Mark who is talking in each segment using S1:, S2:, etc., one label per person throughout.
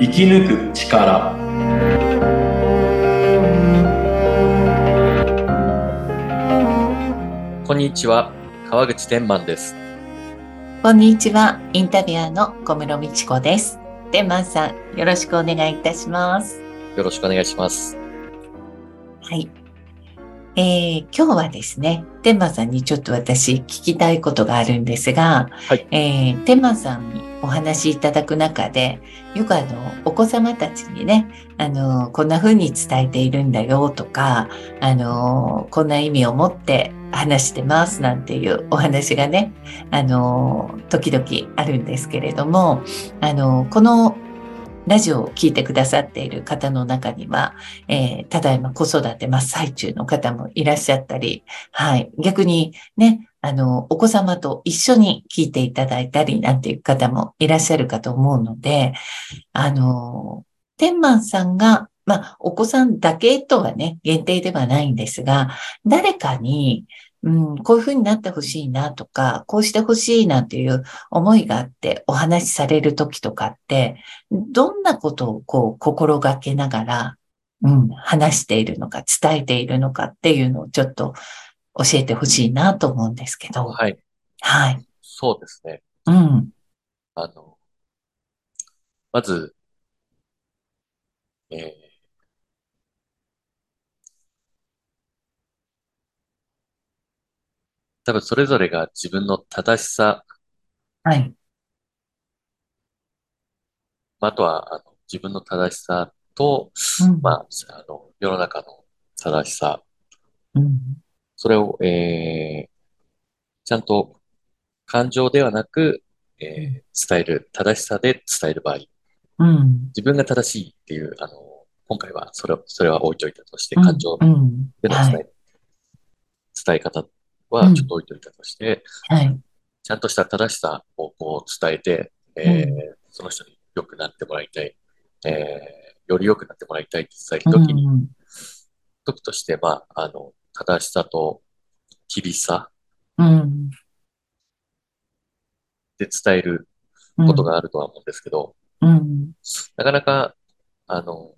S1: 生き抜く力
S2: こんにちは川口天満です
S3: こんにちは、インタビュアーの小室美智子です。で、まんさん、よろしくお願いいたします。
S2: よろしくお願いします
S3: はい。えー今日はですね、天満さんにちょっと私聞きたいことがあるんですが、
S2: はい
S3: えー天満さんにお話しいただく中で、よくあの、お子様たちにね、あの、こんな風に伝えているんだよとか、あの、こんな意味を持って話してますなんていうお話がね、あの、時々あるんですけれども、あの、このラジオを聞いてくださっている方の中には、えーただいま子育て真っ最中の方もいらっしゃったり、はい、逆にね、あの、お子様と一緒に聞いていただいたりなんていう方もいらっしゃるかと思うので、あの、天満さんが、まあ、お子さんだけとはね、限定ではないんですが、誰かに、うん、こういうふうになってほしいなとか、こうしてほしいなという思いがあってお話しされる時とかって、どんなことをこう心がけながらうん、話しているのか、伝えているのかっていうのをちょっと教えてほしいなと思うんですけど。
S2: はい
S3: はい。
S2: そうですね
S3: うん。
S2: あのまず、えー多分それぞれが自分の正しさ、
S3: はい。
S2: まああとはあの自分の正しさと、
S3: うん
S2: まあ、あの世の中の正しさ、
S3: うん。
S2: それを、えーちゃんと感情ではなく、えー伝える、正しさで伝える場合、
S3: うん。
S2: 自分が正しいっていう、あの、今回はそれを、それは置いといたとして、感情
S3: うんうん
S2: での伝え、
S3: はい。
S2: 伝え方は
S3: うん
S2: ちょっと置いといたとして、
S3: はい。
S2: ちゃんとした正しさをこう伝えて、えーその人に良くなってもらいたい、えーより良くなってもらいたいって伝えるときに、
S3: うん
S2: 時として、まあ、あの、正しさと厳しさ
S3: うん。
S2: で伝える
S3: うん。
S2: ことがあるとは思うんですけど、
S3: うん。
S2: なかなか、あの、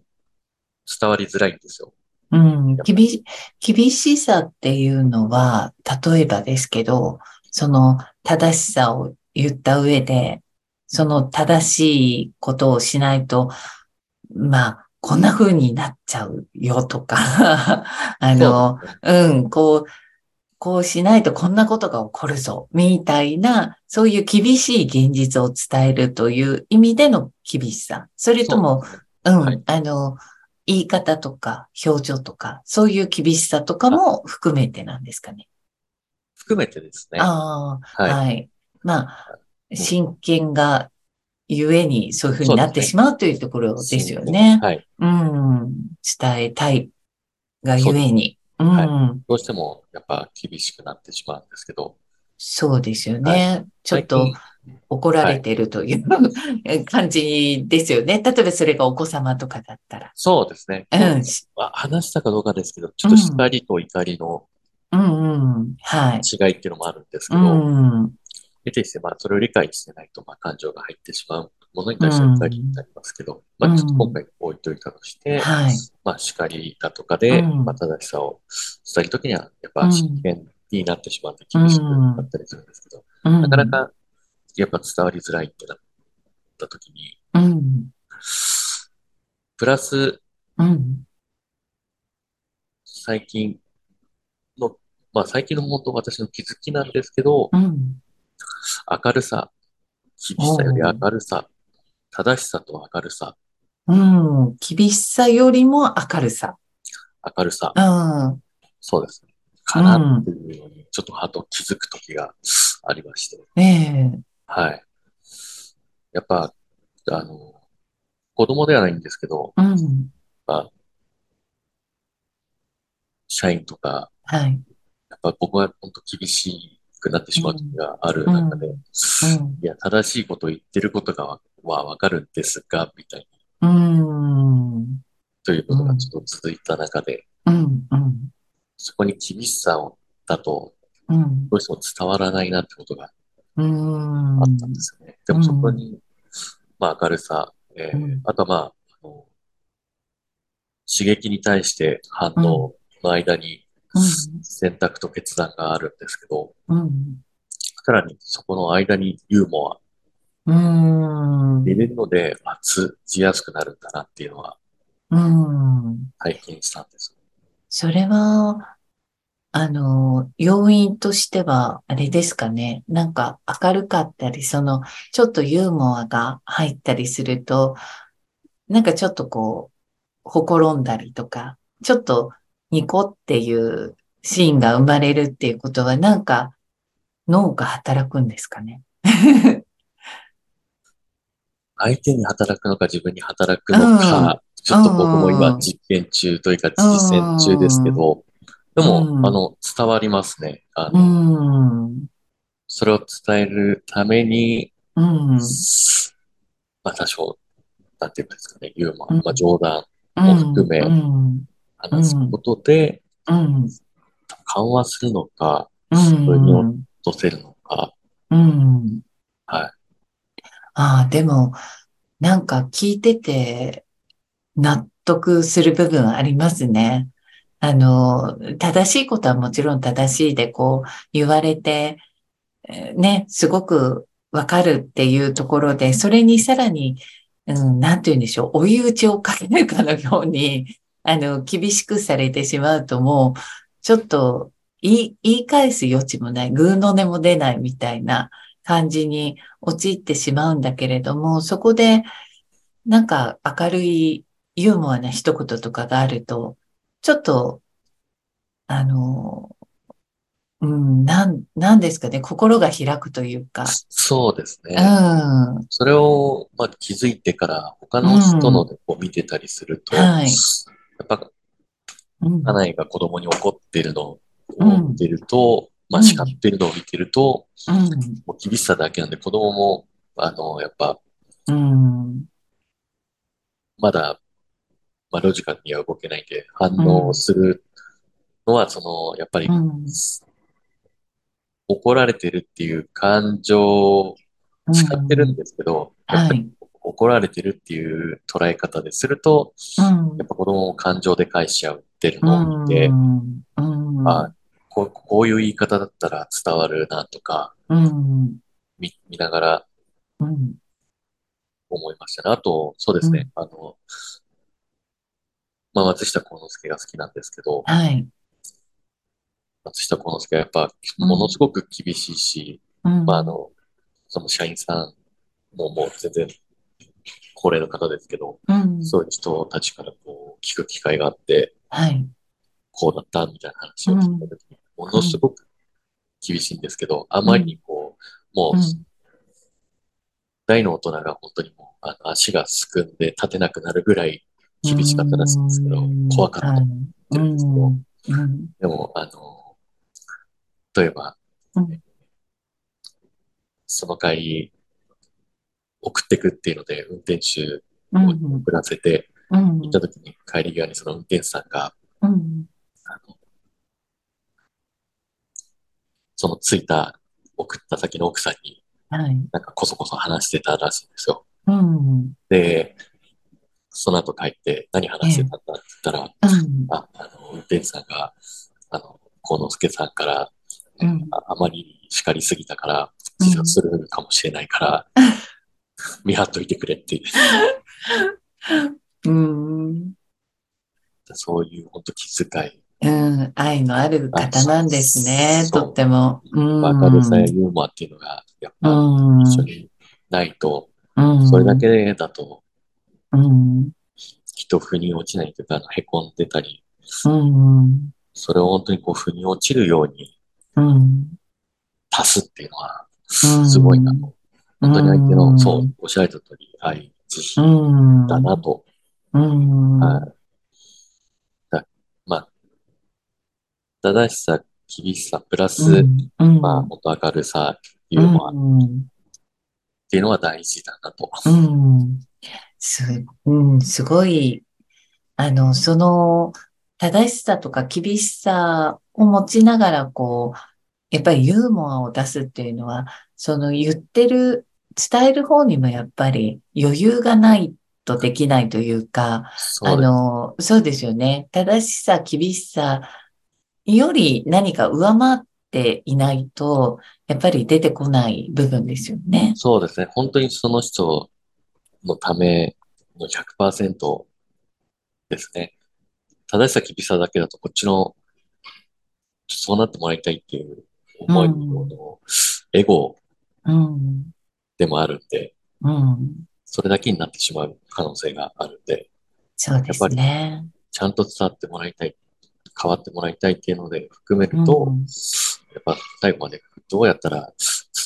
S2: 伝わりづらいんですよ。
S3: うん。厳し、厳しさっていうのは、例えばですけど、その正しさを言った上で、その正しいことをしないと、まあ、こんな風になっちゃうよとか、 あ
S2: そ
S3: の、
S2: うですね
S3: うん、こう、こうしないとこんなことが起こるぞ、みたいな、そういう厳しい現実を伝えるという意味での厳しさ。それとも、うん、
S2: はい
S3: あの、言い方とか表情とか、そういう厳しさとかも含めてなんですかね。
S2: 含めてですね。
S3: ああ、
S2: はい。
S3: はい。まあ、
S2: ん
S3: 真剣がゆえにそういうふうになってしまうというところですよ
S2: そう
S3: ね。
S2: はい。
S3: うん。伝えたいがゆえに。う
S2: はい
S3: ん。
S2: どうしても、やっぱ厳しくなってしまうんですけど、
S3: そうですよね。
S2: は
S3: ちょっと
S2: 最近
S3: 怒られてるという、感じですよね。例えばそれがお子様とかだったら。
S2: そうですね。
S3: うん、し
S2: まあ話したかどうかですけど、ちょっと叱りと怒りの
S3: うん、うん。はい。
S2: 違いっていうのもあるんですけ
S3: う
S2: ど、
S3: ん、うん、
S2: 得てして、まあ、それを理解してないと、まあ、感情が入ってしまうものに対しては怒りになりますけど、
S3: うん
S2: まあ、ちょっと今回置いといたとして、
S3: はい
S2: まあ、叱りだとかで、
S3: うん
S2: まあ、正しさを伝えるときには、やっ
S3: う
S2: ぱ
S3: ん
S2: 真剣になってしまって厳しくなったりするんですけど、
S3: な
S2: なかな、か、やっぱ伝わりづらいってなったときに、
S3: うん、
S2: プラス、
S3: うん、
S2: 最近の、まあ、最近の本当私の気づきなんですけど
S3: う、ん。
S2: 明るさ、厳しさより明るさ、正しさと明るさ、
S3: うん、厳しさよりも明るさ。
S2: 明るさ、
S3: うん、
S2: そうですね。かなっていうのに、ちょっとハート気づく時がありまして。
S3: ええ、
S2: はい。やっぱ、あの、子供ではないんですけど、
S3: うん、
S2: まあ、社員とか、
S3: はい。
S2: やっぱ僕は本当厳しくなってしまう時がある
S3: うん
S2: 中で、
S3: うん
S2: いや、正しいことを言ってることがわはわかるんですが、みたいな、
S3: うん、うん、
S2: ということがちょっと続いた中で、
S3: うん、うん、
S2: そこに厳しさを、だと、
S3: うん、
S2: どうしても伝わらないなってことが
S3: うん
S2: あったんですよね。でもそこに、まあ、明るさ、ええー
S3: うん
S2: あとはまあ、あの刺激に対して反応の間に
S3: うん
S2: 選択と決断があるんですけど、
S3: うん。
S2: さらにそこの間にユーモア
S3: うん。
S2: 入れるので、まあ、通じやすくなるんだなっていうのは
S3: うん。
S2: 体験したんです。
S3: それは、あの、要因としては、あれですかね。なんか明るかったり、その、ちょっとユーモアが入ったりすると、なんかちょっとこう、ほころんだりとか、ちょっとニコっていうシーンが生まれるっていうことは、なんか脳が働くんですかね。
S2: 相手に働くのか自分に働くのか、ちょっと僕も
S3: うんうんう
S2: 今
S3: ん
S2: 実験中というか実践中ですけど、で
S3: うん
S2: も、あの、伝わりますね。あ
S3: う
S2: の、
S3: ん。うん。
S2: それを伝えるために、
S3: うん。
S2: まあ多少、なんていうんですかね、ユーモア、
S3: うん
S2: まあ冗談、も含め
S3: うん。
S2: 話すことで
S3: うん。
S2: 緩和するのか、
S3: うん。
S2: そういうのを乗せるのか、
S3: うん。
S2: はい。
S3: ああ、でも、なんか聞いてて、納得する部分ありますね。あの、正しいことはもちろん正しいで、こう、言われて、えーね、すごくわかるっていうところで、それにさらに、うん、なんて言うんでしょう、追い打ちをかけるかのように、 あの、厳しくされてしまうと、もう、ちょっと、言い、言い返す余地もない、ぐうの音も出ないみたいな感じに陥ってしまうんだけれども、そこで、なんか明るいユーモアな一言とかがあると、ちょっと、あの、うん、なん、なんですかね、心が開くというか。
S2: そうです
S3: う
S2: ね。
S3: ん、
S2: それを、まあ、気づいてから他の人のを見てたりすると、
S3: うんはい
S2: やっぱ
S3: うん、
S2: 家内が子供に怒ってるのを
S3: うん
S2: 見てると、まあ
S3: うん
S2: 叱ってるのを見てると、
S3: う
S2: もう厳しさだけなんで子供も、あの、やっぱ
S3: ん、うん、
S2: まだ、まあロジカルには動けないんで反応するのは、その、やっぱり
S3: うん、
S2: 怒られてるっていう感情、叱ってるんですけど、やっぱり
S3: はい、
S2: 怒られてるっていう捉え方ですると、
S3: うん
S2: やっぱ子供を感情で返し合ってる
S3: う
S2: のを
S3: ん、
S2: 見て、
S3: うん、
S2: あこうこういう言い方だったら伝わるなとか、
S3: うん、
S2: 見見ながら
S3: うん、
S2: 思いましたね。あと、そうですね、あの、まあ、松下幸之助が好きなんですけど、
S3: はい、
S2: 松下幸之助はやっぱ、
S3: うん
S2: ものすごく厳しいし、
S3: うん、
S2: まあ、あの、その社員さんももう全然高齢の方ですけど、
S3: うん、
S2: そういう人たちからこう聞く機会があって、
S3: はい、
S2: こうだったみたいな話を聞いた時に、ものすごく厳しいんですけど、あまりにこう、もう、
S3: うん
S2: 大の大人が本当にもうあの足がすくんで立てなくなるぐらい厳しかったらしいんですけど、怖かった
S3: は
S2: と
S3: い
S2: 思ってるんですけど、
S3: うんうん
S2: でも、あの、例えば、
S3: うん
S2: その帰り、送ってくっていうので、運転手
S3: う
S2: を
S3: ん
S2: 送らせて、
S3: うん
S2: 行った時に帰り際にその運転手さんが、
S3: うん
S2: あの、その着いた、送った先の奥さんに、
S3: はい
S2: なんかこそこそ話してたらしいんですよ。
S3: うん
S2: で、その後帰って、何話してたんだって言ったら、
S3: うん
S2: ああの、運転手さんが、あの、幸之助さんから、
S3: うん
S2: ああまり叱りすぎたから、
S3: うん
S2: 自殺するかもしれない から、見張っといてくれって、
S3: うん
S2: そういう本当気遣い、
S3: うん愛のある方なんですね、
S2: そう
S3: とっても。うん
S2: 明るさやユーモアっていうのが、やっ
S3: う
S2: ぱ
S3: ん
S2: 一緒にないと、
S3: うん
S2: それだけだと、
S3: うん
S2: 人腑に落ちないというか、あのへこんでたり、
S3: うん
S2: それを本当にこう、腑に落ちるように
S3: うん
S2: 足すっていうのは、すごいなと。本当に相手
S3: う
S2: の、
S3: ん
S2: そう、おっしゃられた通り、愛、慈悲
S3: うん
S2: だなと。
S3: うん
S2: はい。だまあ、正しさ、厳しさ、プラス、
S3: うん
S2: まあ、本当明るさ、ユーモアっ
S3: うん
S2: ていうのは大事だなと。
S3: うんす、うん、すごい、あの、その、正しさとか厳しさを持ちながら、こう、やっぱりユーモアを出すっていうのは、その言ってる、伝える方にもやっぱり余裕がないとできないというか、
S2: そ
S3: あ
S2: うです
S3: の、そうですよね。正しさ、厳しさより何か上回っていないと、やっぱり出てこない部分ですよね。
S2: そうですね。本当にその人のための100%ですね。正しさ厳しさだけだと、こっちの、そうなってもらいたいっていう思いの、エゴ
S3: うん。
S2: でもあるんで、
S3: うん。
S2: それだけになってしまう可能性があるんで、
S3: そうですね。
S2: ちゃんと伝わってもらいたい、変わってもらいたいっていうので含めると、
S3: うん
S2: やっぱ最後までどうやったら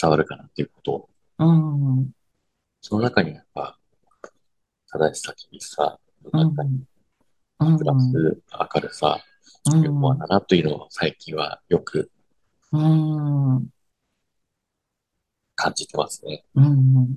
S2: 伝わるかなっていうことを、
S3: うん。うん。
S2: その中にやっぱ、正しさ厳しさの中に
S3: うん
S2: プラス明るさ、ユーモアだなというのを最近はよく
S3: うん。
S2: 感じてますね。
S3: うん。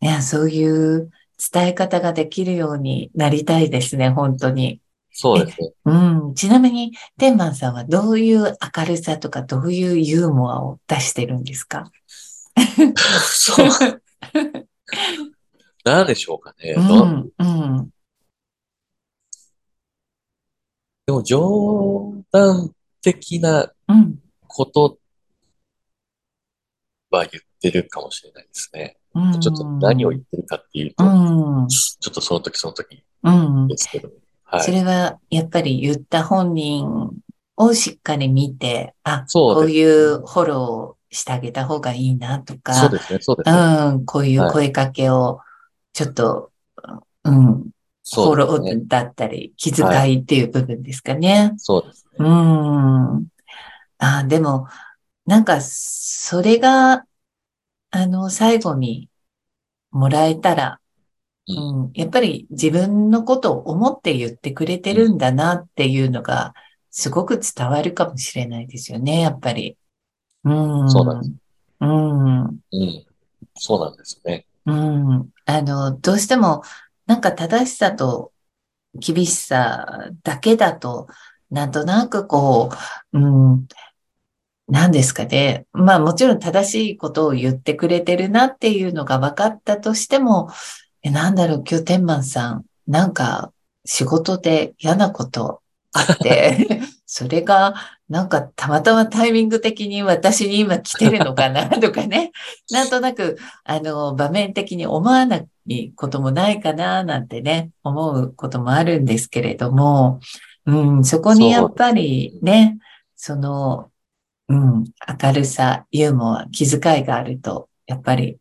S3: いや、そういう伝え方ができるようになりたいですね、本当に。
S2: そうですね。
S3: うん。ちなみに、天満さんはどういう明るさとか、どういうユーモアを出してるんで すか
S2: そう。なんでしょうかね。
S3: う
S2: ど
S3: ん、うん、
S2: でも冗談的な
S3: うん、
S2: ことは言ってるかもしれないですね。
S3: うん。
S2: ちょっと何を言ってるかっていう
S3: う
S2: と、
S3: ん、うん。
S2: ちょっとその時その時ですけど、は
S3: そ
S2: い。
S3: れは、やっぱり言った本人をしっかり見て、あ、
S2: そ
S3: こ
S2: う
S3: う
S2: です。
S3: いうフォローしてあげた方がいいなとか、
S2: そうですね、そうですね。
S3: うん、こういう声かけを、ちょっと、うん、
S2: そうです
S3: 心
S2: ね。
S3: だったり、気遣いっていう部分ですかね。
S2: そうですね。
S3: うん。あ、でも、なんか、それが、あの、最後にもらえたら、
S2: う
S3: うん、やっぱり自分のことを思って言ってくれてるんだなっていうのが、すごく伝わるかもしれないですよね、やっぱり。うん。
S2: そうなんです
S3: う
S2: う
S3: ん。
S2: ん。そうなんですよね。
S3: うん。あの、どうしても、なんか正しさと厳しさだけだと、なんとなくこう、うん、なんですかね。まあもちろん正しいことを言ってくれてるなっていうのが分かったとしても、え、なんだろう、今日天満さん、なんか仕事で嫌なことあって、それがなんかたまたまタイミング的に私に今来てるのかなとかね。なんとなく、あの、場面的に思わないこともないかな、なんてね、思うこともあるんですけれども、うん、そこにやっぱりね、その、うん、明るさ、ユーモア、気遣いがあると、やっぱり、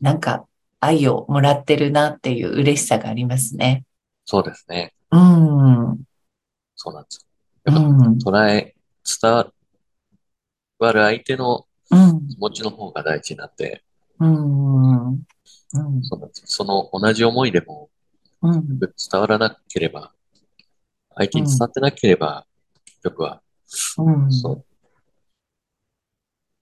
S3: なんか、愛をもらってるなっていう嬉しさがありますね。
S2: そうですね。
S3: うん、うん、
S2: そうなんです
S3: う
S2: よ。やっ
S3: ん、
S2: ぱ捉え、伝わる相手の
S3: うん、
S2: 気持ちの方が大事なんで、
S3: うん、うん、
S2: そうなんですその同じ思いでも
S3: うん、
S2: 伝わらなければ、相手に伝わってなければ、結局は、
S3: うん。
S2: そう、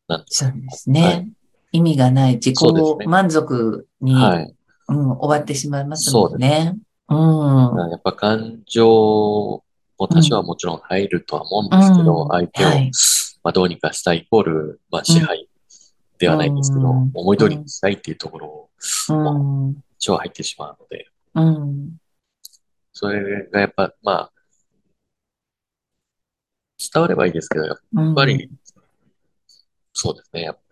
S2: なんてい
S3: そうう
S2: か
S3: ですね。
S2: はい
S3: 意味がない自己
S2: そうですね
S3: 満足に、
S2: はい。
S3: うん、終わってしまいますもんね。う
S2: だから
S3: ん。
S2: やっぱ感情も多少はもちろん入るとは思うんですけど、
S3: うん
S2: 相手を、
S3: はい
S2: まあ、どうにかしたいイコール、まあ、支配ではないんですけど、
S3: うん
S2: 思い通りにしたいっていうところを、
S3: うん。
S2: 血は入ってしまうので、
S3: うん。
S2: それがやっぱ、まあ、伝わればいいですけど、やっ
S3: や
S2: ぱり、そうですね。やっぱうん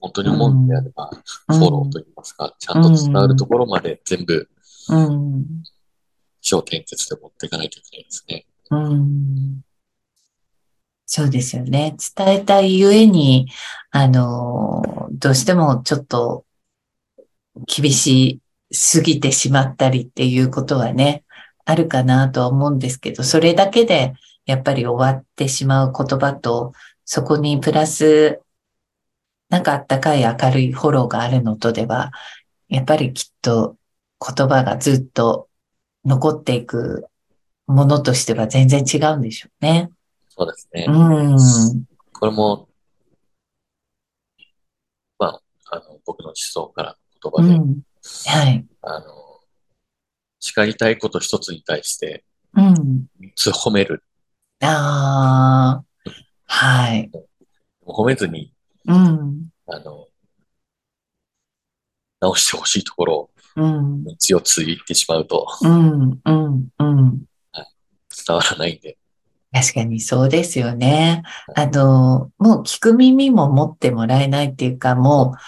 S2: 本当に思うんであれば、フォローといいますか、ちゃんと伝わるところまで全部、
S3: うん。
S2: 焦点結で持っていかないといけないですね。
S3: うん。そうですよね。伝えたいゆえに、あの、どうしてもちょっと厳しすぎてしまったりっていうことはね、あるかなとは思うんですけど、それだけでやっぱり終わってしまう言葉と、そこにプラス、なんかあったかい明るいフォローがあるのとでは、やっぱりきっと言葉がずっと残っていくものとしては全然違うんでしょうね。
S2: そうですね
S3: う。ん。
S2: これも、まあ、あの、僕の思想からの
S3: う
S2: 言葉で、
S3: ん。はい。
S2: あの、叱りたいこと一つに対して、
S3: うん。
S2: 三つ褒める。
S3: ああ。はい。
S2: 褒めずに、
S3: うん。
S2: あの、直してほしいところを
S3: うん、
S2: 強ついってしまうと
S3: うん、うん、うん。
S2: 伝わらないんで。
S3: 確かにそうですよね。あの、もう聞く耳も持ってもらえないっていうか、もう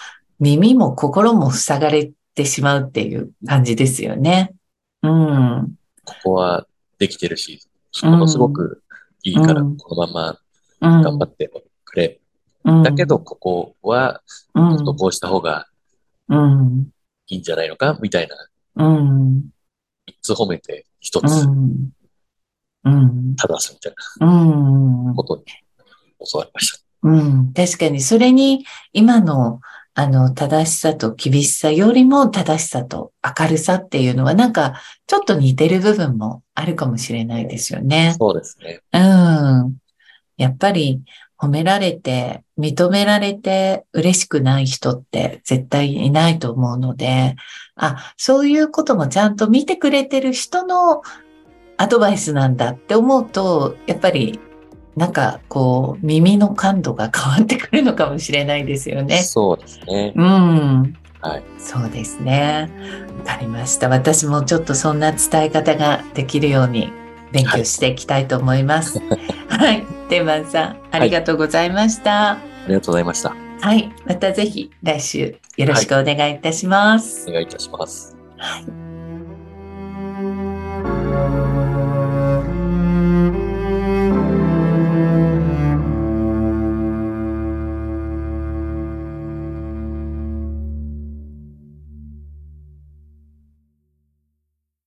S3: 耳も心も塞がれてしまうっていう感じですよね。うん、
S2: ここはできてるし、ものすごくいいから、
S3: うん
S2: このまま
S3: うん。
S2: 頑張ってくれ。
S3: うん
S2: だけど、、ここは、
S3: う
S2: ちょっと
S3: ん、
S2: こうした方が
S3: うん、
S2: いいんじゃないのかみたいな、
S3: うん、
S2: 三つ褒めて一つ
S3: うん、うん、
S2: 正すみたい
S3: うん
S2: なこ。とに教わりました。
S3: うん、確かに、それに、今の、あの、正しさと厳しさよりも正しさと明るさっていうのは、なんか、ちょっと似てる部分もあるかもしれないですよね。
S2: そうですね。
S3: うん。やっぱり、褒められて、認められて、嬉しくない人って絶対いないと思うので、あ、そういうこともちゃんと見てくれてる人のアドバイスなんだって思うと、やっぱり、なんか、こう、耳の感度が変わってくるのかもしれないですよね。
S2: そうですね。
S3: うん。
S2: はい
S3: そうですね。わかりました。私もちょっとそんな伝え方ができるように勉強していきたいと思います。はい。テマンさん、ありがとうございました。はい。
S2: ありがとうございました。
S3: またぜひ来週よろしくお願いいたします。
S2: お願いいたします。